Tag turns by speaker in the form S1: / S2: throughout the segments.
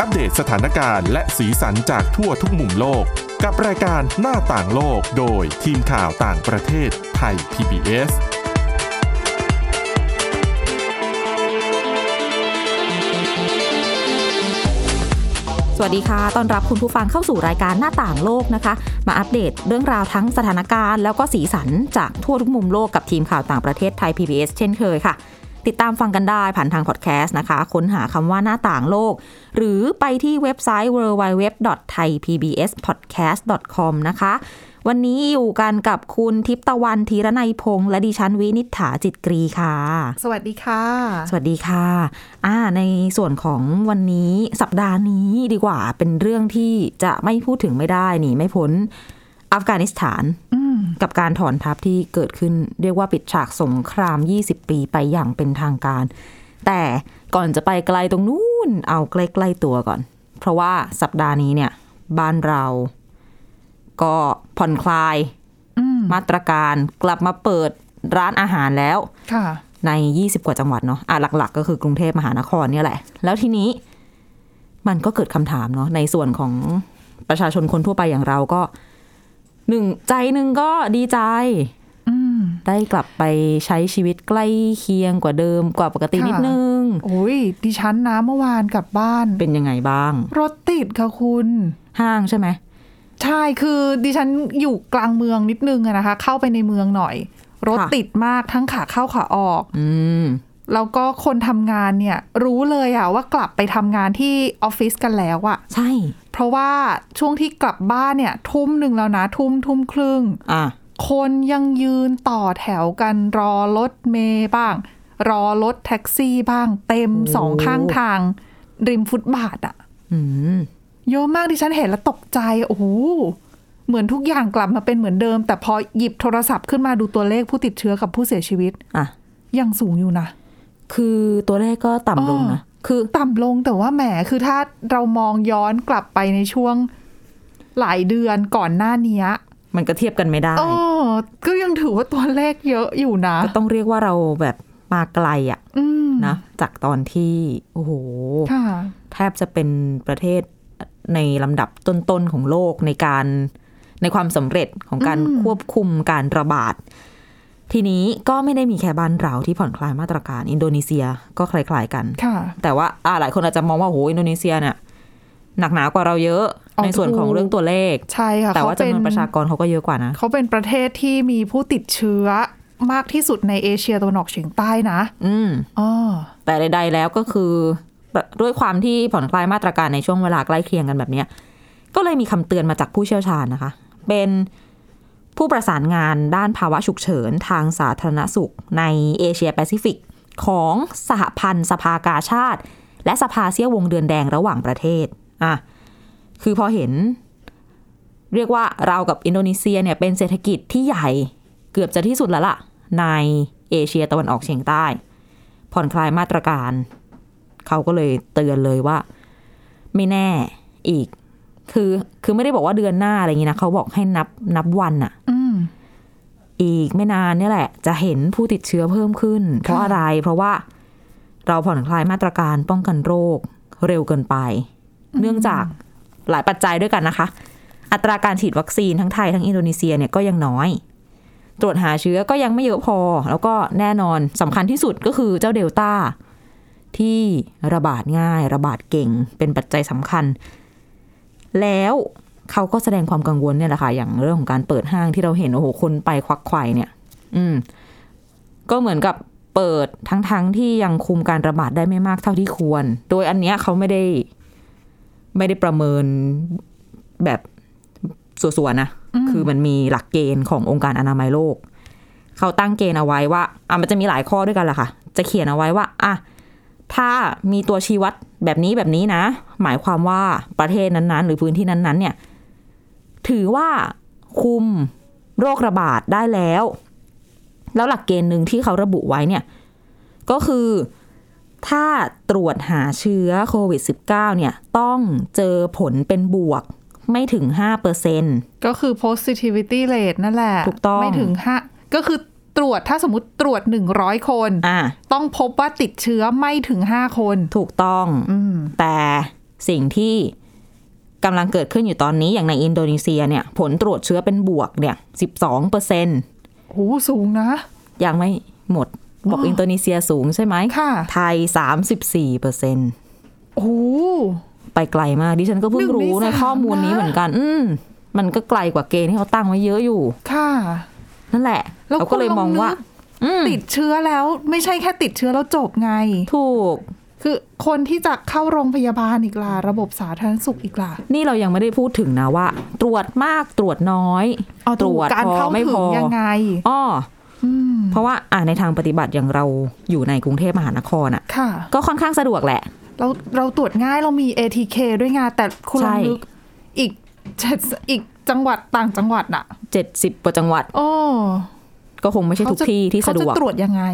S1: อัปเดตสถานการณ์และสีสันจากทั่วทุกมุมโลก กับรายการหน้าต่างโลกโดยทีมข่าวต่างประเทศไทย PBS
S2: สวัสดีค่ะ ต้อนรับคุณผู้ฟังเข้าสู่รายการหน้าต่างโลกนะคะ มาอัปเดตเรื่องราวทั้งสถานการณ์แล้วก็สีสันจากทั่วทุกมุมโลกกับทีมข่าวต่างประเทศไทย PBS เช่นเคยค่ะ ติดตามฟังกันได้ผ่านทางพอดแคสต์นะคะ ค้นหาคำว่าหน้าต่างโลก หรือไปที่เว็บไซต์ www.thaipbspodcast.com นะคะ วันนี้อยู่กันกับคุณทิพย์ตะวันธีรนัยพงษ์และดิฉันวินิษฐาจิตกรีค่ะ
S3: สวัสดีค่ะ
S2: สวัสดีค่ะอ่าในส่วนของวันนี้สัปดาห์นี้ดีกว่า เป็นเรื่องที่จะไม่พูดถึงไม่ได้หนี่ไม่พ้นอัฟกานิสถานกับการถอนทัพที่เกิดขึ้น เรียกว่าปิดฉากสงคราม 20 ปีไปอย่างเป็นทางการ แต่ก่อนจะไปไกลตรงนู้นเอาใกล้ๆตัวก่อน เพราะว่าสัปดาห์นี้เนี่ย บ้านเราก็ผ่อนคลายมาตรการกลับมาเปิดร้านอาหารแล้ว
S3: ค่ะ
S2: ใน 20 กว่าจังหวัดเนาะ อ่ะ หลัก ๆ ก็คือกรุงเทพมหานครเนี่ยแหละ แล้วทีนี้มันก็เกิดคำถามเนาะในส่วนของประชาชนคนทั่วไปอย่างเราก็หนึ่งใจหนึ่งก็ดีใจ
S3: อืม
S2: ได้กลับไปใช้ชีวิตใกล้เคียงกว่าเดิมกว่าปกติ
S3: ค่ะ
S2: นิดนึง
S3: โอ้ยดิฉันนะเมื่อวานกลับบ้าน
S2: เป็นยังไงบ้าง
S3: รถติดค่ะคุณ
S2: ห้างใช่ไหม
S3: ใช่คือดิฉันอยู่กลางเมืองนิดนึงอะนะคะ เข้าไปในเมืองหน่อย รถ
S2: ค่ะ
S3: ติดมากทั้งขาเข้าขาออก
S2: อืม
S3: แล้วก็คนทำงานเนี่ย รู้เลยอะว่ากลับไปทำงานที่ออฟฟิศกันแล้วอะ
S2: ใช่
S3: เพราะว่าช่วงที่กลับบ้านเนี่ย ทุ่มหนึ่งแล้วนะ ทุ่มทุ่มครึ่ง
S2: อ่ะ
S3: คนยังยืนต่อแถวกันรอรถเมย์บ้าง รอรถแท็กซี่บ้าง เต็ม
S2: โอ้
S3: สองข้างทาง ริมฟุตบาทอะ
S2: อืม
S3: เยอะมากดิฉันเห็นแล้วตกใจ โอ้โหเหมือนทุกอย่างกลับมาเป็นเหมือนเดิม แต่พอหยิบโทรศัพท์ขึ้นมาดูตัวเลขผู้ติดเชื้อกับผู้เสียชีวิต
S2: อ่ะ
S3: ยังสูงอยู่นะ
S2: คือตัวเลขก็ต่ำลงนะ คือ
S3: ต่ำลงแต่ว่าแหมคือถ้าเรามองย้อนกลับไปในช่วงหลายเดือนก่อนหน้านี้
S2: มันก็เทียบกันไม่ได้
S3: เออก็ยังถือว่าตัวเลขเยอะอยู่นะ
S2: ก็ต้องเรียกว่าเราแบบมาไกลอะ
S3: อืม
S2: นะจากตอนที่ โอ้โห
S3: ค่ะ
S2: แทบจะเป็นประเทศในลำดับต้น ๆ ของโลกในการในความสำเร็จของการ
S3: อืม
S2: ควบคุมการระบาด ทีนี้ก็ไม่ได้มีแค่บ้านเราที่ผ่อนคลายมาตรการอินโดนีเซียก็คล้ายๆกัน
S3: ค่ะ
S2: แต่ว่าอ่าหลายคนอาจจะมองว่าโอ้โหอินโดนีเซียเนี่ยหนักหนากว่าเราเยอะ
S3: อ๋อ
S2: ในส่วน
S3: ถูก
S2: ของเรื่องตัวเลข
S3: ใช่ค่ะ
S2: แต่ว่า
S3: เขเป็
S2: จำนวนประชากรเขาก็เยอะกว่านะ
S3: เขาเป็นประเทศที่มีผู้ติดเชื้อมากที่สุดในเอเชียตะวันออกเฉียงใต้นะ
S2: อืม
S3: อ๋อ
S2: แต่ใดๆแล้วก็คือแบบด้วยความที่ผ่อนคลายมาตรการในช่วงเวลาใกล้เคียงกันแบบเนี้ย ก็เลยมีคำเตือนมาจากผู้เชี่ยวชาญนะคะ เป็นผู้ประสานงานด้านภาวะฉุกเฉินทางสาธารณสุขในเอเชียแปซิฟิก ของสหพันธ์สภากาชาติ และสภาเซียวงเดือนแดงระหว่างประเทศอ่ะคือพอเห็น เรียกว่าเรากับอินโดนีเซียเนี่ยเป็นเศรษฐกิจที่ใหญ่เกือบจะที่สุดแล้วล่ะ ในเอเชียตะวันออกเฉียงใต้ ผ่อนคลายมาตรการ เขาก็เลยเตือนเลยว่า ไม่แน่อีก คือคือไม่ได้บอกว่าเดือนหน้าอะไรอย่างนี้นะเขาบอกให้นับนับวันอะ
S3: อืม
S2: อีกไม่นานเนี่ยแหละ จะเห็นผู้ติดเชื้อเพิ่มขึ้น เพราะ
S3: ค่ะ
S2: อะไร เพราะว่าเราผ่อนคลายมาตรการป้องกันโรคเร็วเกินไป เนื่องจากหลายปัจจัยด้วยกันนะคะ อัตราการฉีดวัคซีนทั้งไทยทั้งอินโดนีเซียเนี่ยก็ยังน้อย ตรวจหาเชื้อก็ยังไม่เยอะพอ แล้วก็แน่นอนสำคัญที่สุดก็คือเจ้าเดลต้า ที่ระบาดง่ายระบาดเก่งเป็นปัจจัยสำคัญ แล้วเขาก็แสดงความกังวลเนี่ยแหละค่ะ อย่างเรื่องของการเปิดห้างที่เราเห็น โอ้โห คนไปควักไขว่เนี่ย อืม ก็เหมือนกับเปิดทั้งๆทที่ยังคุมการระบาดได้ไม่มากเท่าที่ควร โดยอันเนี้ยเขาไม่ได้ ไม่ได้ประเมินแบบส่วนๆนะ คือมันมีหลักเกณฑ์ขององค์การอนามัยโลก เขาตั้งเกณฑ์เอาไว้ว่าอ่ะมันจะมีหลายข้อด้วยกันแหละค่ะ จะเขียนเอาไว้ว่าอ่ะถ้ามีตัวชี้วัดแบบนี้แบบนี้นะ หมายความว่าประเทศนั้นๆ หรือพื้นที่นั้นๆ เนี่ย ถือว่าคุมโรคระบาดได้แล้ว แล้วหลักเกณฑ์หนึ่งที่เขาระบุไว้เนี่ย ก็คือถ้าตรวจหาเชื้อโควิด -19 เนี่ย ต้องเจอผลเป็นบวกไม่ถึง 5%เปอร์เซ็นต์
S3: ก็คือ positivity rate นั่นแหละ
S2: ถูกต้อง
S3: ไม่ถึงห้าก็คือตรวจถ้าสมมติตรวจ 100 คน
S2: อ่า
S3: ต้องพบว่าติดเชื้อไม่ถึง 5 คน
S2: ถูกต้อง
S3: อืม
S2: แต่ สิ่งที่กำลังเกิดขึ้นอยู่ตอนนี้อย่างในอินโดนีเซียเนี่ย ผลตรวจเชื้อเป็นบวกเนี่ย12เปอร์เซ็น
S3: โอ้โหสูงนะ
S2: ยังไม่หมด บอกอินโดนีเซียสูงใช่ไหม
S3: ค่ะ
S2: ไทย 34เปอร์เซ็นต
S3: โอ้โห
S2: ไปไกลมากดิฉันก็เพิ่ง
S3: หนึ่งใน
S2: รู้ใน
S3: สาม
S2: ข้อมูลนี้
S3: นะ
S2: เหมือนกัน อืมมันก็ไกลกว่าเกณฑ์ที่เขาตั้งไว้เยอะอยู่
S3: ค่ะ
S2: นั่นแหละ
S3: แล้ว
S2: เราก็เลย
S3: คุณล
S2: ม
S3: อ
S2: องงว่า
S3: นึก
S2: อืม
S3: ติดเชื้อแล้วไม่ใช่แค่ติดเชื้อแล้วจบไง
S2: ถูก
S3: คือคนที่จะเข้าโรงพยาบาลอีกล่ะระบบสาธารณสุขอีกล่ะ
S2: นี่เรายังไม่ได้พูดถึงนะว่า ตรวจมากตรวจน้อย
S3: เอาถูกการเข้า
S2: ไม่
S3: ถึ
S2: พ
S3: ง
S2: อ
S3: ยังไง
S2: อ้อ
S3: อืม
S2: เพราะว่าอ่าในทางปฏิบัติอย่างเราอยู่ในกรุงเทพมหานครอ่ะ
S3: ค่ะ
S2: ก็ค่อนข้างสะดวกแหละ
S3: เราเราตรวจง่ายเรามี ATK ด้วยไงแต่คุณล
S2: ใช่
S3: องนึกอีก เจ็ดอีกจังหวัดต่างจังหวัดน่ะ
S2: เจ็ดสิบกว่าจังหวัด
S3: โอ้
S2: ก็คงไม่ใช่ทุก
S3: เขาจะ
S2: ที่ที่สะดวก
S3: เขาจตรวจยังไง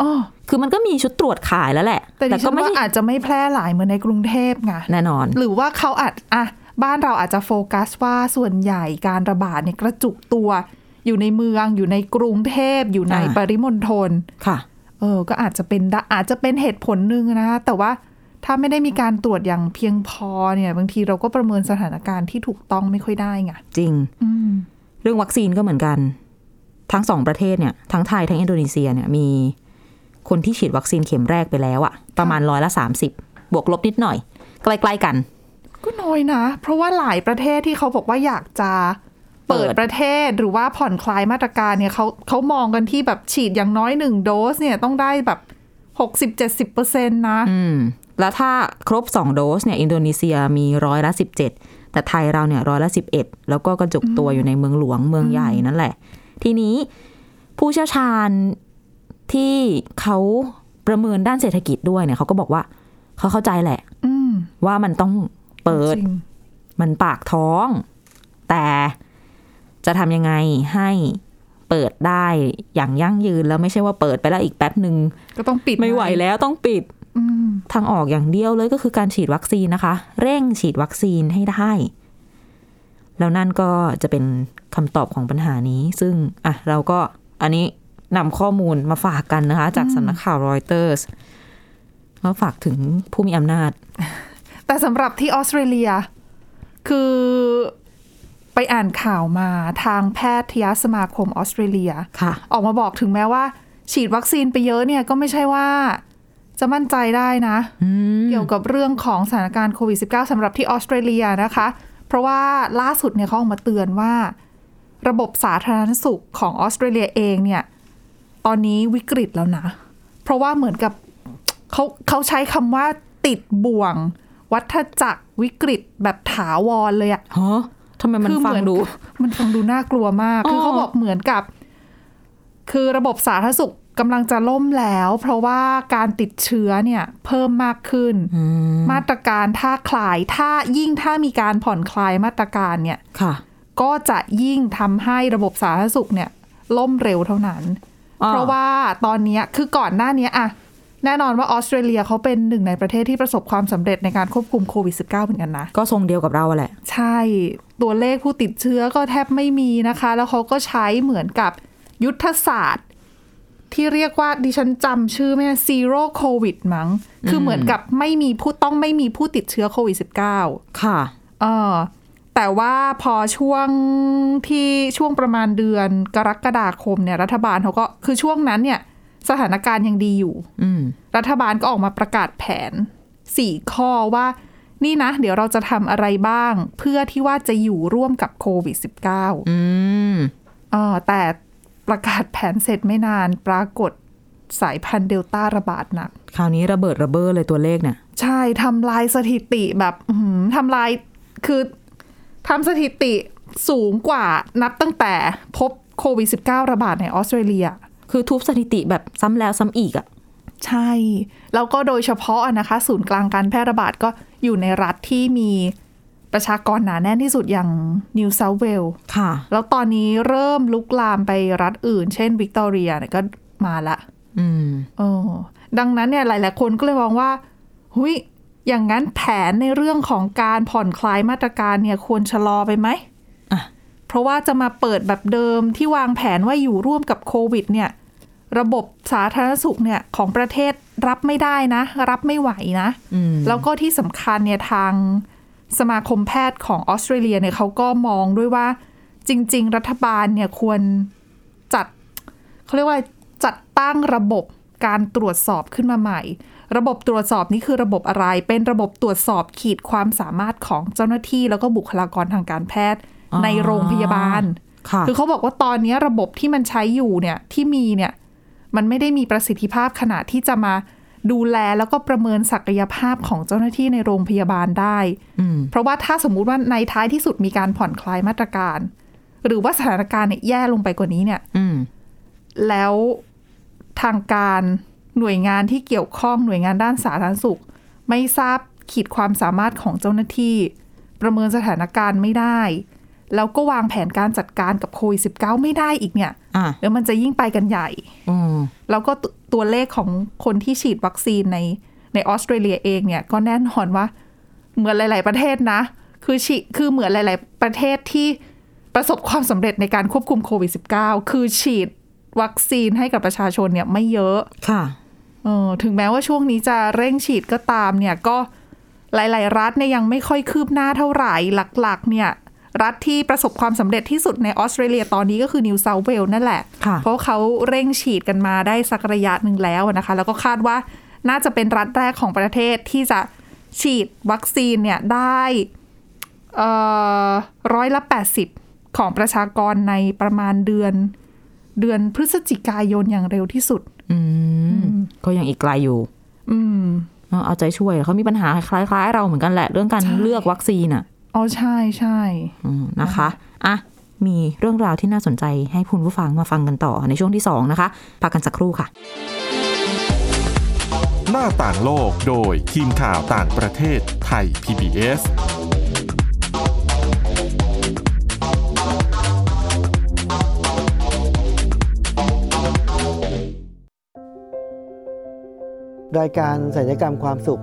S3: อ๋อ
S2: คือมันก็มีชุดตรวจขายแล้วแหละ
S3: แต่ดิฉั
S2: ก็
S3: น
S2: ไม่
S3: ว่า
S2: ใช่
S3: อาจจะไม่แพร่หลายเหมือนในกรุงเทพไง
S2: แน่นอน
S3: หรือว่าเขาอาจอ่ะบ้านเราอาจจะโฟกัสว่าส่วนใหญ่การระบาดเนี่ยกระจุกตัว อยู่ในเมืองอยู่ในกรุงเทพอยู่ใน
S2: อ่า
S3: ปริมณฑล
S2: ค่ะ
S3: เออ ก็อาจจะเป็นได้อาจจะเป็นเหตุผลหนึ่งนะ แต่ว่าถ้าไม่ได้มีการตรวจอย่างเพียงพอเนี่ย บางทีเราก็ประเมินสถานการณ์ที่ถูกต้องไม่ค่อยได้ไง
S2: จริง
S3: อืม
S2: เรื่องวัคซีนก็เหมือนกัน ทั้งสองประเทศเนี่ย ทั้งไทย ทั้งอินโดนีเซียเนี่ยมีคนที่ฉีดวัคซีนเข็มแรกไปแล้วอะประมาณร้อยละสามสิบบวกลบนิดหน่อย ใกล้ๆกัน
S3: ก็น้อยนะ เพราะว่าหลายประเทศที่เขาบอกว่าอยากจะ
S2: เปิ
S3: เปิ
S2: ด
S3: ดประเทศหรือว่าผ่อนคลายมาตรการเนี่ยเขาเขามองกันที่แบบฉีดอย่างน้อยหนึ่งโดสเนี่ยต้องได้แบบหกสิบเจ็ดสิบเปอร์เซ็นต์นะ
S2: อืม แล้วถ้าครบ 2 โดสเนี่ย อินโดนีเซียมีร้อยละ 17 แต่ไทยเราเนี่ยร้อยละ 11 แล้วก็กระจุกตัวอยู่ในเมืองหลวงเมืองใหญ่นั่นแหละ ทีนี้ผู้เชี่ยวชาญที่เขาประเมินด้านเศรษฐกิจด้วยเนี่ยเขาก็บอกว่าเขาเข้าใจแหละ
S3: อืม
S2: ว่ามันต้องเปิด
S3: จริง
S2: มันปากท้อง แต่จะทำยังไงให้เปิดได้อย่างยั่งยืนแล้วไม่ใช่ว่าเปิดไปแล้วอีกแป๊บหนึ่ง
S3: ก็ต้องปิด
S2: ไม่ไหว
S3: ง
S2: แล้วต้องปิด
S3: อืม
S2: ทางออกอย่างเดียวเลยก็คือการฉีดวัคซีนนะคะ เร่งฉีดวัคซีนให้ได้ แล้วนั่นก็จะเป็นคำตอบของปัญหานี้ ซึ่งอ่ะเราก็อันนี้นำข้อมูลมาฝากกันนะคะ จากสำนักข่าวรอยเตอร์สมาฝากถึงผู้มีอำนาจ
S3: แต่สำหรับที่ออสเตรเลีย คือไปอ่านข่าวมาทางแพทยสมาคมออสเตรเลีย
S2: ค่ะ
S3: ออกมาบอกถึงแม้ว่า ฉีดวัคซีนไปเยอะเนี่ยก็ไม่ใช่ว่า จะมั่นใจได้นะ
S2: อืม
S3: เกี่ยวกับเรื่องของสถานการณ์โควิด -19 สำหรับที่ออสเตรเลียนะคะ เพราะว่าล่าสุดเนี่ยเขาออกมาเตือนว่า ระบบสาธารณสุขของออสเตรเลียเองเนี่ย ตอนนี้วิกฤตแล้วนะ เพราะว่าเหมือนกับเขาเขาใช้คำว่าติดบ่วง วัฏจักรวิกฤตแบบถาวรเลยอะ
S2: ฮะทำไมมัน
S3: คือ
S2: ฟัง
S3: เหมือน
S2: ดู
S3: มันฟังดูน่ากลัวมาก
S2: อ๋อ
S3: คือเขาบอกเหมือนกับ คือระบบสาธารณสุขกำลังจะล่มแล้ว เพราะว่าการติดเชื้อเนี่ย เพิ่มมากขึ้น มาตรการถ้าคลาย ถ้ายิ่งถ้ามีการผ่อนคลายมาตรการเนี่ย
S2: ค่ะ
S3: ก็จะยิ่งทำให้ระบบสาธารณสุขเนี่ย ล่มเร็วเท่านั้น
S2: อ่า
S3: เพราะว่าตอนเนี้ยคือก่อนหน้าเนี้ยอะแน่นอนว่าออสเตรเลียเขาเป็นหนึ่งในประเทศที่ประสบความสำเร็จในการควบคุมโควิด -19 เหมือนกันนะ
S2: ก็ทรงเดียวกับเราอะแหละ
S3: ใช่ ตัวเลขผู้ติดเชื้อก็แทบไม่มีนะคะ แล้วเขาก็ใช้เหมือนกับยุทธศาสตร์ ที่เรียกว่าดิฉันจำชื่อไม่ได้ zero covid มั้ง คือเหมือนกับไม่มีผู้ต้องไม่มีผู้ติดเชื้อโควิด -19
S2: ค่ะ
S3: เออแต่ว่าพอช่วงที่ช่วงประมาณเดือนกรกฎาคมเนี่ยรัฐบาลเขาก็คือช่วงนั้นเนี่ยสถานการณ์ยังดีอยู่
S2: อืม
S3: รัฐบาลก็ออกมาประกาศแผน 4 ข้อว่า นี่นะ เดี๋ยวเราจะทำอะไรบ้าง เพื่อที่ว่าจะอยู่ร่วมกับโควิด -19
S2: อืม
S3: เออแต่ประกาศแผนเสร็จไม่นานปรากฏสายพันธุ์เดลต้าระบาดหนัก
S2: คราวนี้ระเบิดระเบ้อเลยตัวเลขเนี่ย
S3: ใช่ทำลายสถิติแบบอื้อหือทำลายคือทำสถิติสูงกว่านับตั้งแต่พบโควิด -19 ระบาดในออสเตรเลีย
S2: คือทุบสถิติแบบซ้ำแล้วซ้ำอีกอะ
S3: ใช่ แล้วก็โดยเฉพาะอะนะคะ ศูนย์กลางการแพร่ระบาดก็อยู่ในรัฐที่มีประชากรหนาแน่นที่สุดอย่างนิวเซาเวล
S2: ค่ะ
S3: แล้วตอนนี้เริ่มลุกลามไปรัฐอื่น เช่นวิกตอเรียเนี่ยก็มาละ
S2: อืม
S3: เออดังนั้นเนี่ยหลาย ๆ คนก็เลยมองว่าหุยอย่างนั้นแผนในเรื่องของการผ่อนคลายมาตรการเนี่ยควรชะลอไปไหม
S2: อ่ะ
S3: เพราะว่าจะมาเปิดแบบเดิมที่วางแผนว่าอยู่ร่วมกับโควิดเนี่ย ระบบสาธารณสุขเนี่ยของประเทศรับไม่ได้นะ รับไม่ไหวนะ
S2: อืม
S3: แล้วก็ที่สำคัญเนี่ยทางสมาคมแพทย์ของออสเตรเลียเนี่ยเขาก็มองด้วยว่าจริง ๆ รัฐบาลเนี่ยควรจัดเขาเรียกว่าจัดตั้งระบบการตรวจสอบขึ้นมาใหม่ ระบบตรวจสอบนี้คือระบบอะไร เป็นระบบตรวจสอบขีดความสามารถของเจ้าหน้าที่ แล้วก็บุคลากรทางการแพทย์ในโรงพยาบาล
S2: ค่ะ
S3: คือเขาบอกว่าตอนนี้ระบบที่มันใช้อยู่เนี่ยที่มีเนี่ยมันไม่ได้มีประสิทธิภาพขนาดที่จะมาดูแลแล้วก็ประเมินศักยภาพของเจ้าหน้าที่ในโรงพยาบาลได้
S2: อืม
S3: เพราะว่าถ้าสมมุติว่าในท้ายที่สุดมีการผ่อนคลายมาตรการ หรือว่าสถานการณ์เนี่ยแย่ลงไปกว่านี้เนี่ย
S2: อืม
S3: แล้วทางการหน่วยงานที่เกี่ยวข้องหน่วยงานด้านสาธารณสุข ไม่ทราบขีดความสามารถของเจ้าหน้าที่ ประเมินสถานการณ์ไม่ได้ แล้วก็วางแผนการจัดการกับโควิด1 9ไม่ได้อีกเนี่ย
S2: อ่ะ
S3: เดี๋ยวมันจะยิ่งไปกันใหญ่
S2: อืม
S3: แล้วก็ตัวตัวเลขของคนที่ฉีดวัคซีนในในออสเตรเลียเองเนี่ยก็แน่นอนว่า เหมือนหลาย ๆ ประเทศนะ คือฉีดคือเหมือนหลาย ๆ ประเทศที่ประสบความสำเร็จในการควบคุมโควิด -19 คือฉีดวัคซีนให้กับประชาชนเนี่ยไม่เยอะ
S2: ค่ะ
S3: เออถึงแม้ว่าช่วงนี้จะเร่งฉีดก็ตามเนี่ยก็หลาย ๆ รัฐเนี่ยยังไม่ค่อยคืบหน้าเท่าไหร่หลัก ๆ เนี่ยรัฐที่ประสบความสำเร็จที่สุดในออสเตรเลียตอนนี้ก็คือนิวเซาเวลนั่นแหละ
S2: ค่ะ
S3: เพราะเขาเร่งฉีดกันมาได้สักระยะหนึ่งแล้วนะคะ แล้วก็คาดว่าน่าจะเป็นรัฐแรกของประเทศที่จะฉีดวัคซีนเนี่ยได้เอ่อร้อยละ 80 ของประชากรในประมาณเดือน เดือนพฤศจิกายนอย่างเร็วที่สุด
S2: อืม ก็ยังอีกไกลอยู่
S3: อืม
S2: เออเอาใจช่วยเขามีปัญหาคล้ายๆ เราเหมือนกันแหละ เรื่องการ
S3: ใช่
S2: เลือกวัคซีนอ่ะ
S3: อ๋อใช่ใช่
S2: อืมนะคะอ่ะมีเรื่องราวที่น่าสนใจให้คุณผู้ฟังมาฟังกันต่อในช่วงที่ 2 นะคะพักกันสักครู่ค่ะ
S1: หน้าต่างโลกโดยทีมข่าวต่างประเทศไทย PBS
S4: รายการสัญญกรรมความสุข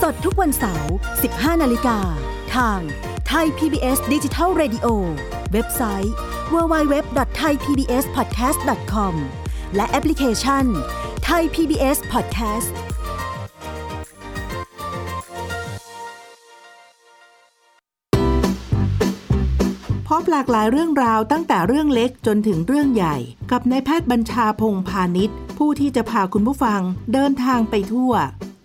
S5: สดทุกวันเสาร์ 15 นาฬิกา ทางไทย PBS Digital Radio เว็บไซต์ www.thaipbspodcast.com และแอปพลิเคชัน Thai PBS Podcast
S6: พบหลากหลายเรื่องราวตั้งแต่เรื่องเล็กจนถึงเรื่องใหญ่ กับนายแพทย์บัญชาพงษ์พาณิชย์ ผู้ที่จะพาคุณผู้ฟังเดินทางไปทั่ว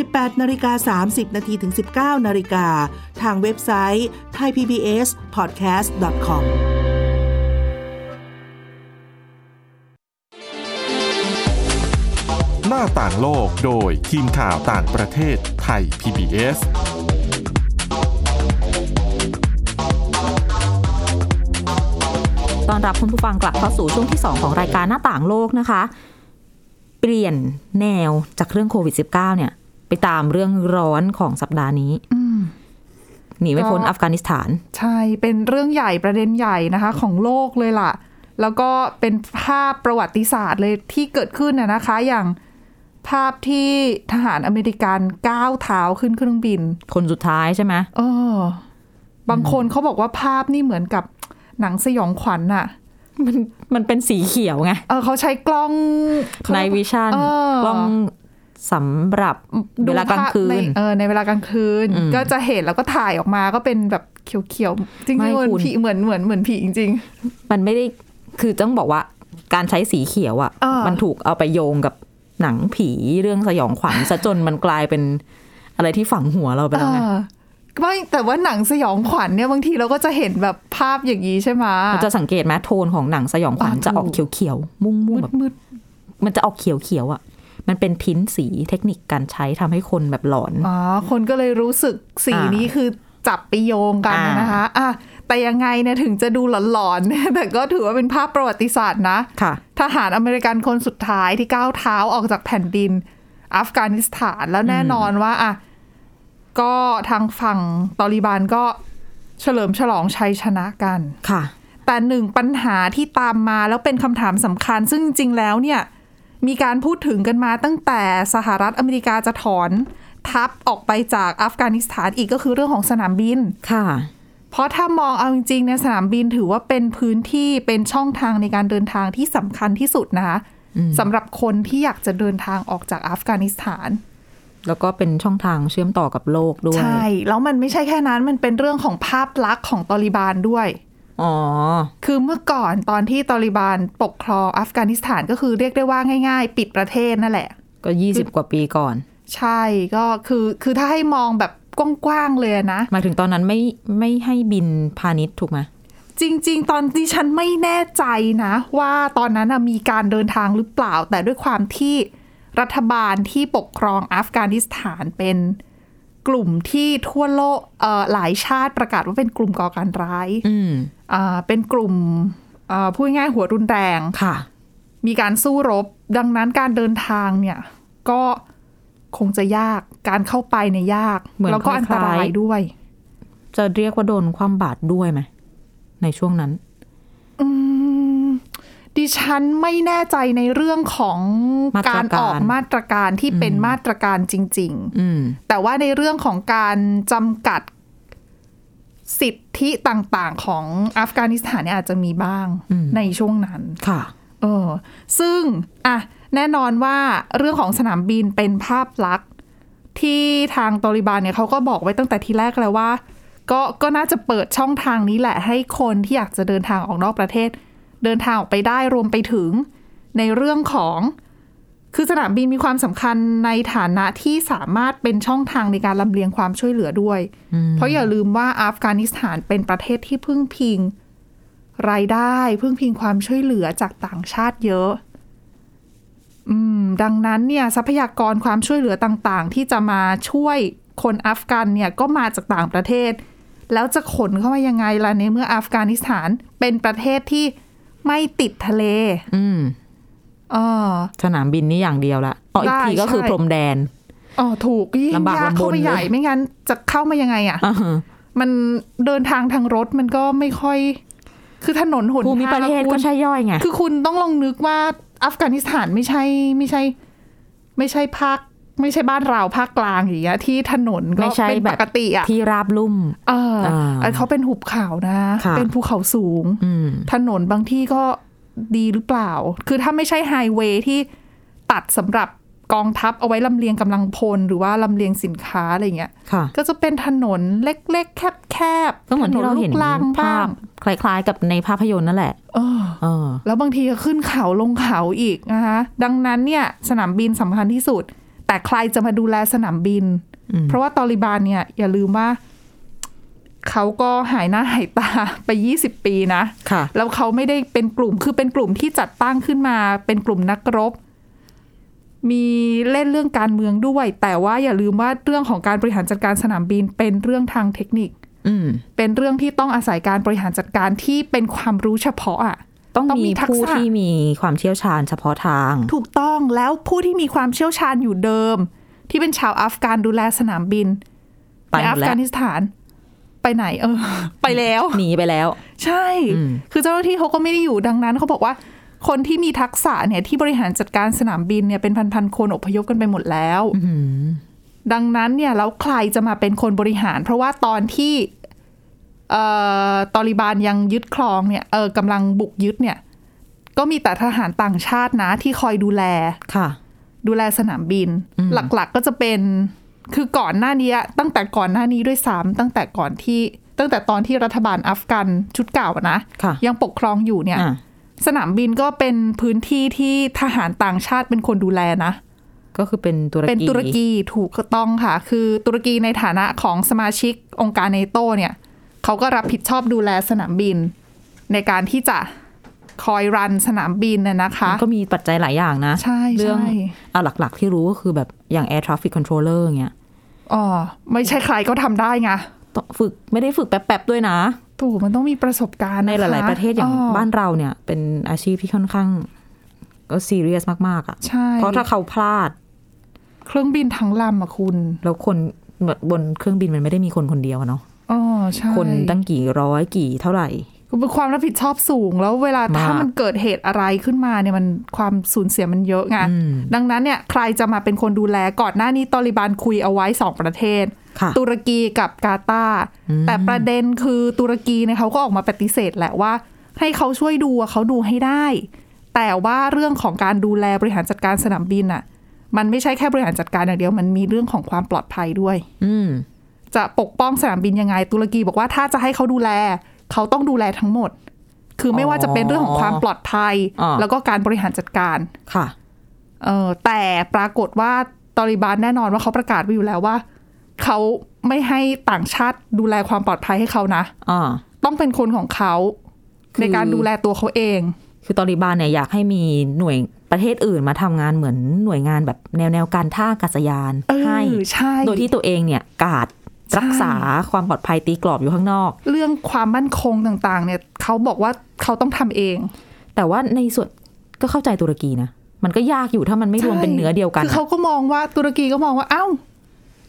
S6: 18นาฬิกา30 นาทีถึง 19นาฬิกาทางเว็บไซต์ thaipbspodcast.com
S1: หน้าต่างโลกโดยทีมข่าวต่างประเทศไทย PBS
S2: ตอนรับคุณผู้ฟังกลับเข้าสู่ช่วงที่ 2 ของรายการหน้าต่างโลกนะคะ เปลี่ยนแนวจากเรื่องโควิด -19 เนี่ย ไปตามเรื่องร้อนของสัปดาห์นี้
S3: อืม
S2: หนีไม่พ้น
S3: ก็
S2: อัฟกานิสถาน
S3: ใช่ เป็นเรื่องใหญ่ประเด็นใหญ่นะคะ ของโลกเลยล่ะ แล้วก็เป็นภาพประวัติศาสตร์เลยที่เกิดขึ้นนะนะคะ อย่างภาพที่ทหารอเมริกันก้าวเท้าขึ้นเครื่องบิน
S2: คนสุดท้ายใช่ไหม
S3: เออ บางคนเขาบอกว่าภาพนี่เหมือนกับหนังสยองขวัญน่ะ
S2: มันมันเป็นสีเขียวไง
S3: เออเขาใช้กล้อง
S2: ในวิชั่น
S3: เออก
S2: ล้องสำหรับเวลากลางคื
S3: ภพใน
S2: น
S3: เออในเวลากลางคืน
S2: อืม
S3: ก็จะเห็นแล้วก็ถ่ายออกมาก็เป็นแบบเขียวๆจริงๆ
S2: ไม่
S3: เหมือ
S2: คุ
S3: น
S2: ณ
S3: ผีเหมือนเหมือนเหมือนผีจริง
S2: มันไม่ได้คือต้องบอกว่าการใช้สีเขียวอะ
S3: อ่ามั
S2: มันถูกเอาไปโยงกับ หนังผีเรื่องสยองขวัญซะจนมันกลายเป็นอะไรที่ฝังหัวเราไปแล้วไง
S3: เออไม่แต่ว่าหนังสยองขวัญเนี่ยบางทีเราก็จะเห็นแบบภาพอย่างนี้ใช่ไหม
S2: เราจะสังเกตไหมโทนของหนังสยองขวัญจะออกเขียวๆมุ่งๆแบบ
S3: มืด
S2: มันจะออกเขียวๆอ่ะ มันเป็นพิ้นสีเทคนิคการใช้ทำให้คนแบบหลอน
S3: ๆอ๋อคนก็เลยรู้สึกสี
S2: อ่านี้
S3: นี้คือจับไปโยงกัน
S2: อ่าน
S3: นะคะอ่ะแต่ยังไงเนี่ยถึงจะดูหลอนๆ แต่ก็ถือว่าเป็นภาพประวัติศาสตร์นะ
S2: ค่ะ
S3: ทหารอเมริกันคนสุดท้ายที่ก้าวเท้าออกจากแผ่นดิน อัฟกานิสถานแล้วแน่นอนว่าอ่ะก็ทางฝั่งตอริบานก็เฉลิมฉลองชัยชนะกัน
S2: ค่ะ
S3: แต่หนึ่งปัญหาที่ตามมาแล้วเป็นคำถามสำคัญ ซึ่งจริงๆแล้วเนี่ย มีการพูดถึงกันมาตั้งแต่สหรัฐอเมริกาจะถอนทัพออกไปจากอัฟกานิสถานอีกก็คือเรื่องของสนามบิน
S2: ค่ะ
S3: เพราะถ้ามองเอาจริงๆในยสนามบินถือว่าเป็นพื้นที่เป็นช่องทางในการเดินทางที่สำคัญที่สุดนะคะสำหรับคนที่อยากจะเดินทางออกจากอัฟกานิสถาน
S2: แล้วก็เป็นช่องทางเชื่อมต่อกับโลกด้วย
S3: ใช่ แล้วมันไม่ใช่แค่นั้นมันเป็นเรื่องของภาพลักษณ์ของตอริบานด้วย
S2: อ๋อ
S3: คือเมื่อก่อนตอนที่ตอริบานปกครองอัฟกานิสถานก็คือเรียกได้ว่าง่ายๆ ปิดประเทศนั่นแหละ
S2: ก็ยี่สิบกว่าปีก่อน
S3: ใช่ก็คือคือถ้าให้มองแบบกว้างๆเลยนะ
S2: หมายถึงตอนนั้นไม่ไม่ให้บินพาณิชย์ถูกไหม
S3: จริง ๆ ตอนที่ฉันไม่แน่ใจนะ ว่าตอนนั้นน่ะมีการเดินทางหรือเปล่า แต่ด้วยความที่รัฐบาลที่ปกครองอัฟกานิสถานเป็นกลุ่มที่ทั่วโลกเอ่อหลายชาติประกาศว่าเป็นกลุ่มก่อการร้าย
S2: อืม
S3: อ่าเป็นกลุ่มอ่าพูดง่ายๆหัวรุนแรง
S2: ค่ะ
S3: มีการสู้รบ ดังนั้นการเดินทางเนี่ย ก็คงจะยากการเข้าไปเนี่ยยาก
S2: เหมือน
S3: แล้วก็อันต
S2: ค
S3: ราย
S2: ล้ายๆ
S3: ด้วย
S2: จะเรียกว่าโดนความบาดด้วยไหม ในช่วงนั้น
S3: อืมดิฉันไม่แน่ใจในเรื่องของ
S2: มาตร
S3: กา
S2: การ
S3: รออกมาตรการที่เป็นมาตรการจริง
S2: อืม
S3: ๆ แต่ว่าในเรื่องของการจำกัดสิทธิต่างๆ ของอัฟกานิสถานเนี่ยอาจจะมีบ้าง
S2: อืม
S3: ในช่วงนั้น
S2: ค่ะ
S3: เออซึ่งอ่ะแน่นอนว่าเรื่องของสนามบินเป็นภาพลักษณ์ที่ทางตอริบานเนี่ยเขาก็บอกไว้ตั้งแต่ทีแรกแล้วว่า ก็ก็น่าจะเปิดช่องทางนี้แหละให้คนที่อยากจะเดินทางออกนอกประเทศ เดินทางออกไปได้รวมไปถึงในเรื่องของคือสนามบินมีความสำคัญในฐานะที่สามารถเป็นช่องทางในการลำเลียงความช่วยเหลือด้วย เพราะอย่าลืมว่าอัฟกานิสถานเป็นประเทศที่พึ่งพิง รายได้พึ่งพิงความช่วยเหลือจากต่างชาติเยอะ อืม ดังนั้นเนี่ยทรัพยากรความช่วยเหลือต่างๆ ที่จะมาช่วยคนอัฟกันเนี่ยก็มาจากต่างประเทศ แล้วจะขนเข้ามายังไงล่ะในเมื่ออัฟกานิสถานเป็นประเทศที่ไม่ติดทะเล
S2: อืม
S3: เออ
S2: สนามบินนี่อย่างเดียวละอ๋ออีก
S3: ได้
S2: ทีก็คือ
S3: ใช่
S2: พรมแดน
S3: อ๋อถูกยิ่ง
S2: ลำบาก
S3: ยากเข้า
S2: ลำบ
S3: ไป
S2: น
S3: ใหญ่
S2: เลย
S3: ไม่งั้น จะเข้ามายังไงอะ่ะ
S2: อ่าฮะ
S3: มันเดินทางทางรถมันก็ไม่ค่อย คือถนนหน
S2: ภูมิ
S3: ทาง
S2: ประเทศ
S3: คุณ
S2: ก็ใช่ย่อยไง
S3: คือคุณต้องลองนึกว่าอัฟกานิสถานไม่ใช่ไม่ใช่ ไม่ใช่ภาคไม่ใช่บ้านเราภาคกลางอย่างเงี้ยที่ถนนก็
S2: ไม่ใช่
S3: เป็น
S2: แบ
S3: ป
S2: บ
S3: กติอ่ะ
S2: ที่ราบลุ่ม
S3: เอออา อันเขาเป็นหุบเขานะ
S2: ค่ะ
S3: เป็นภูเขาสูง
S2: อืม
S3: ถนนบางที่ก็ดีหรือเปล่า คือถ้าไม่ใช่ไฮเวย์ที่ตัดสำหรับกองทัพเอาไว้ลำเลียงกำลังพล หรือว่าลำเลียงสินค้าอะไรเงี้ย
S2: ค่ะ
S3: ก็จะเป็นถนนเล็กๆ แคบๆ
S2: ก็เหมือนที่เราเห็น
S3: ถลูกลัง
S2: ภา
S3: บ้า
S2: พ
S3: ง
S2: คล้ายๆกับในภาพยนตร์นั่นแหละ
S3: เออ
S2: เออ
S3: แล้วบางทีก็ขึ้นเขาลงเขาอีกนะคะดังนั้นเนี่ยสนามบินสำคัญที่สุด แต่ใครจะมาดูแลสนามบิน เพราะว่าตอริบานเนี่ยอย่าลืมว่า เขาก็หายหน้าหายตา ไป 20 ปีนะ
S2: ค่ะ
S3: แล้วเขาไม่ได้เป็นกลุ่มคือเป็นกลุ่มที่จัดตั้งขึ้นมา เป็นกลุ่มนักรบ มีเล่นเรื่องการเมืองด้วย แต่ว่าอย่าลืมว่าเรื่องของการบริหารจัดการสนามบินเป็นเรื่องทางเทคนิค
S2: อืม
S3: เป็นเรื่องที่ต้องอาศัยการบริหารจัดการที่เป็นความรู้เฉพาะอะ
S2: ต้อง
S3: ต้องมี
S2: มี
S3: ทักษะ
S2: ผู้ที่มีความเชี่ยวชาญเฉพาะทาง
S3: ถูกต้องแล้วผู้ที่มีความเชี่ยวชาญอยู่เดิม ที่เป็นชาวอัฟกานดูแลสนามบิน
S2: ไป
S3: ใน
S2: หม
S3: อั
S2: ดแล้ว
S3: กานิสถาน ไปไหนเอ อ ไปแล้ว
S2: หนีไปแล้ว
S3: ใช่
S2: อืม
S3: คือเจ้าหน้าที่เขาก็ไม่ได้อยู่ดังนั้นเขาบอกว่า คนที่มีทักษะเนี่ยที่บริหารจัดการสนามบินเนี่ยเป็นพันๆคนอพยพกันไปหมดแล้ว
S2: อืม
S3: ดังนั้นเนี่ยแล้วใครจะมาเป็นคนบริหาร เพราะว่าตอนที่เอ่อตอริบานยังยึดครองเนี่ยเออกำลังบุกยึดเนี่ย ก็มีแต่ทหารต่างชาตินะที่คอยดูแล
S2: ค่ะ
S3: ดูแลสนามบิน หลักๆก็จะเป็นคือก่อนหน้านี้ตั้งแต่ก่อนหน้านี้ด้วยซ้ำตั้งแต่ก่อนที่ตั้งแต่ตอนที่รัฐบาลอัฟกันชุดเก่าอะนะ
S2: ค่ะ
S3: ยังปกครองอยู่เนี่ย
S2: อ่ะ
S3: สนามบินก็เป็นพื้นที่ที่ทหารต่างชาติเป็นคนดูแลนะ
S2: ก็คือเป็นตุรกี
S3: เป็นตุรกีถูกต้องค่ะ คือตุรกีในฐานะของสมาชิกองค์การเนโตเนี่ยเขาก็รับผิดชอบดูแลสนามบิน ในการที่จะคอยรันสนามบินน่ะนะคะ
S2: มันก็มีปัจจัยหลายอย่างนะ
S3: ใช่ใช่
S2: เรื่องเอาหลักๆที่รู้ก็คือแบบอย่าง air traffic controller อย่างเงี้ย
S3: อ๋อไม่ใช่ใครก็ทำได้ไง
S2: ต้องฝึกไม่ได้ฝึกแป๊บๆด้วยนะ
S3: ถูกมันต้องมีประสบการณ์
S2: ใน
S3: ค
S2: หลายๆประเทศอย่างบ้านเราเนี่ย เป็นอาชีพที่ค่อนข้าง ก็ซีเรียสมากๆอ่ะ
S3: ใช่
S2: เพราะถ้าเขาพลาด
S3: เครื่องบินทั้งลำอะคุณ
S2: แล้วคนบนเครื่องบินมันไม่ได้มีคนคนเดียวอะเนาะ
S3: อ๋อใช่
S2: คนตั้งกี่ร้อยกี่เท่าไหร่
S3: ก็เป็นความรับผิดชอบสูงแล้วเวลาม
S2: าก
S3: ถ้ามันเกิดเหตุอะไรขึ้นมาเนี่ยมันความสูญเสียมันเยอะไงดังนั้นเนี่ยใครจะมาเป็นคนดูแลก่อนหน้านี้ตอริบานคุยเอาไว้สองประเทศ
S2: ค่ะ
S3: ตุรกีกับกาตาร์แต่ประเด็นคือตุรกีเนี่ยเขาก็ออกมาปฏิเสธแหละว่า ให้เขาช่วยดูอะเขาดูให้ได้ แต่ว่าเรื่องของการดูแลบริหารจัดการสนามบินอะมันไม่ใช่แค่บริหารจัดการอย่างเดียวมันมีเรื่องของความปลอดภัยด้วย
S2: อืม
S3: จะปกป้องสนามบินยังไง ตุรกีบอกว่าถ้าจะให้เขาดูแล เขาต้องดูแลทั้งหมด คือไม่ว่าจะเป็นเรื่องของความปลอดภัย
S2: อ๋อ
S3: แล้วก็การบริหารจัดการ
S2: ค่ะ
S3: เออแต่ปรากฏว่าตอริบานแน่นอนว่าเขาประกาศไว้อยู่แล้วว่า เขาไม่ให้ต่างชาติดูแลความปลอดภัยให้เขานะ
S2: อ่า
S3: ต้องเป็นคนของเขา
S2: คือ
S3: ในการดูแลตัวเขาเอง
S2: คือตอริบานเนี่ยอยากให้มีหน่วยประเทศอื่นมาทำงานเหมือนหน่วยงานแบบแนวแนวการท่าอากาศยาน
S3: เอ
S2: ให้
S3: อใช่
S2: โดยที่ตัวเองเนี่ยกาดรักษาความปลอดภัยตีกรอบอยู่ข้างนอก
S3: เรื่องความมั่นคงต่างๆ เนี่ยเขาบอกว่าเขาต้องทำเอง
S2: แต่ว่าในส่วนก็เข้าใจตุรกีนะ มันก็ยากอยู่ถ้ามันไม่รวมเป็นเนื้อเดียวกัน
S3: คือเขาก็มองว่าตุรกีก็มองว่า เอ้า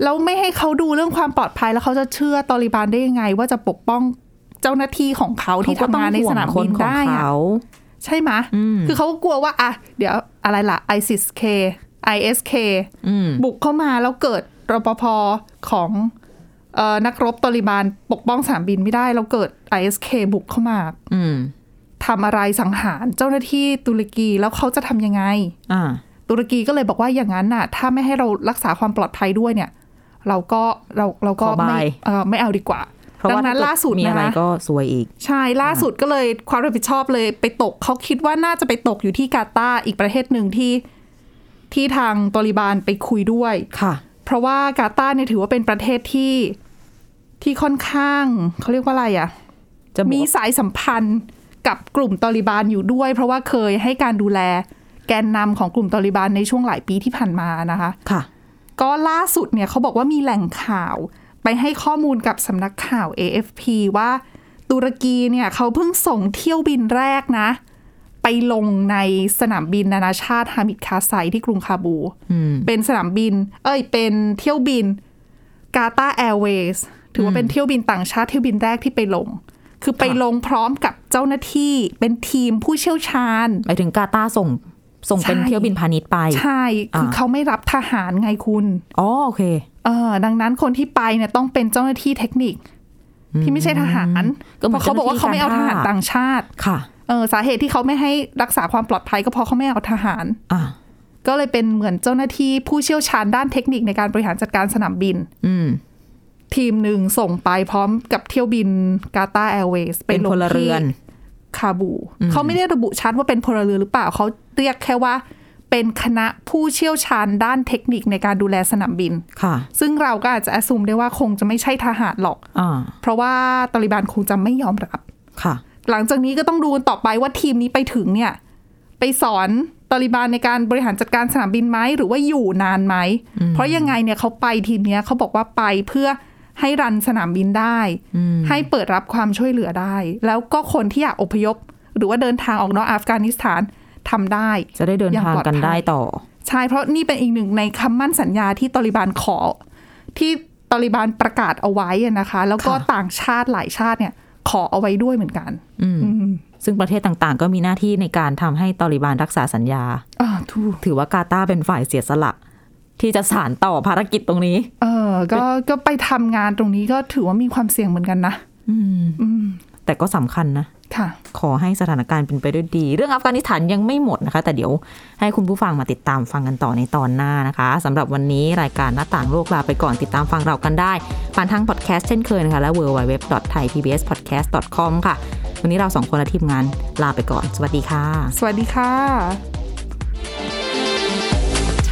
S3: แล้วไม่ให้เขาดูเรื่องความปลอดภัยแล้วเขาจะเชื่อตอริบานได้ยังไง ว่าจะปกป้องเจ้าหน้าที่ของเขาที่ทำงานในสนามบิน
S2: เขาก็
S3: ได้
S2: ต้องห่วงคนของ
S3: อะ
S2: เขา
S3: ใช่ไหม
S2: อืม
S3: คือเขาก็กลัวว่าอ่ะเดี๋ยวอะไรล่ะ ISIS-K ISK
S2: อืม
S3: บุกเข้ามาแล้วเกิดรปภของเอ่อนักรบตอริบานปกป้องสนามบินไม่ได้แล้วเกิด ISK บุกเข้ามา
S2: อืม
S3: ทำอะไรสังหารเจ้าหน้าที่ตุรกีแล้วเขาจะทำยังไง
S2: อ่า
S3: ตุรกีก็เลยบอกว่าอย่างนั้นน่ะ ถ้าไม่ให้เรารักษาความปลอดภัยด้วยเนี่ย เราก็เราเราก็
S2: ขอบาย
S3: ไม่เอ่อไม่เอาดีกว่า
S2: เพราะ
S3: ดั
S2: ว่าง
S3: นั้นล่าสุด
S2: มีอะไร
S3: นะ
S2: ก็ซวยอีก
S3: ใช่ล่าสุดก็เลยความรับผิดชอบเลยไปตกเขาคิดว่าน่าจะไปตกอยู่ที่กาตาร์อีกประเทศหนึ่งที่ที่ทางตอริบานไปคุยด้วย
S2: ค่ะ
S3: เพราะว่ากาตาร์เนี่ยถือว่าเป็นประเทศที่ที่ค่อนข้างเขาเรียกว่าอะไรอ่ะ
S2: จะบอก
S3: มีสายสัมพันธ์กับกลุ่มตอริบานอยู่ด้วย เพราะว่าเคยให้การดูแลแกนนำของกลุ่มตอริบานในช่วงหลายปีที่ผ่านมานะคะ
S2: ค่ะ
S3: ก็ล่าสุดเนี่ยเขาบอกว่ามีแหล่งข่าว ไปให้ข้อมูลกับสำนักข่าว AFP ว่าตุรกีเนี่ยเขาเพิ่งส่งเที่ยวบินแรกนะ ไปลงในสนามบินนานาชาติฮามิดคาไซที่กรุงคาบู
S2: อืม
S3: เป็นสนามบิน เอ้ย เป็นเที่ยวบินกาตาแอร์เวย์สถือว่าเป็นเที่ยวบินต่างชาติเที่ยวบินแรกที่ไปลง คือไปลงพร้อมกับเจ้าหน้าที่เป็นทีมผู้เชี่ยวชาญ
S2: หมายถึงกาตาร์ส่ง ส่งเป็น
S3: ใช่
S2: เที่ยวบินพาณิชย์ไป
S3: ใช่ คืออา เขาไม่รับทหารไงคุณ
S2: อ๋อ โอเค
S3: เออดังนั้นคนที่ไปเนี่ยต้องเป็นเจ้าหน้าที่เทคนิค ที่ไม่ใช่ทหาร
S2: ก็เหมือน
S3: เพราะเขาบอกว่าเขาไม่เอาทหาร
S2: เจ้าหน้าที่การ
S3: ต่างชาติ
S2: ค่ะ
S3: เออสาเหตุที่เขาไม่ให้รักษาความปลอดภัยก็เพราะเขาไม่เอาทหาร
S2: อ่า
S3: ก็เลยเป็นเหมือนเจ้าหน้าที่ผู้เชี่ยวชาญด้านเทคนิคในการบริหารจัดการสนามบิน
S2: อืม
S3: ทีมหนึ่งส่งไปพร้อมกับเที่ยวบินกาตาแอร์เวย์ส
S2: เป็นพลเรือน
S3: คาบู เขาไม่ได้ระบุชัดว่าเป็นพลเรือนหรือเปล่าเขาเรียกแค่ว่า เป็นคณะผู้เชี่ยวชาญด้านเทคนิคในการดูแลสนามบิน
S2: ค่ะ
S3: ซึ่งเราก็อาจจะแอสซูมได้ว่าคงจะไม่ใช่ทหารหรอก
S2: อ่า
S3: เพราะว่าตอริบานคงจะไม่ยอมรับ
S2: ค่ะ
S3: หลังจากนี้ก็ต้องดูกันต่อไปว่าทีมนี้ไปถึงเนี่ย ไปสอนตอริบานในการบริหารจัดการสนามบินไหมหรือว่าอยู่นานไหม เพราะยังไงเนี่ยเขาไปทีมเนี้ยเขาบอกว่าไปเพื่อให้รันสนามบินได้ ให้เปิดรับความช่วยเหลือได้ แล้วก็คนที่อยากอพยพ หรือว่าเดินทางออกนอกอัฟกานิสถานทำได้
S2: จะได้เดิน
S3: อย่าง
S2: ทาง
S3: ปลอด
S2: กัน
S3: ภัย
S2: ได้ต่อ
S3: ใช่เพราะนี่เป็นอีกหนึ่งในคำมั่นสัญญาที่ตอริบานขอ ที่ตอริบานประกาศเอาไว้อะนะคะ แล้วก็
S2: ค่ะ
S3: ต่างชาติหลายชาติเนี่ย ขอเอาไว้ด้วยเหมือนกัน
S2: อืม
S3: อืม
S2: ซึ่งประเทศต่างๆ ก็มีหน้าที่ในการทำให้ตอริบานรักษาสัญญา
S3: อ่าถูก
S2: ถือว่ากาตาร์เป็นฝ่ายเสียสละ ที่จะสานต่อภารกิจตรงนี้
S3: เออก็ ก็ไปทำงานตรงนี้ก็ถือว่ามีความเสี่ยงเหมือนกันนะ
S2: อืม
S3: อืม
S2: แต่ก็สำคัญนะ
S3: ค่ะ
S2: ขอให้สถานการณ์เป็นไปด้วยดี เรื่องอัฟกานิสถานยังไม่หมดนะคะ แต่เดี๋ยวให้คุณผู้ฟังมาติดตามฟังกันต่อในตอนหน้านะคะสำหรับวันนี้รายการหน้าต่างโลกลาไปก่อนติดตามฟังเรากันได้ผ่านทางพอดแคสต์เช่นเคยนะคะ และ www.thaipbspodcast.com ค่ะ วันนี้เราสองคนและทีมงานลาไปก่อน สวัสดีค่ะ
S3: สวัสดีค่ะ
S5: ไท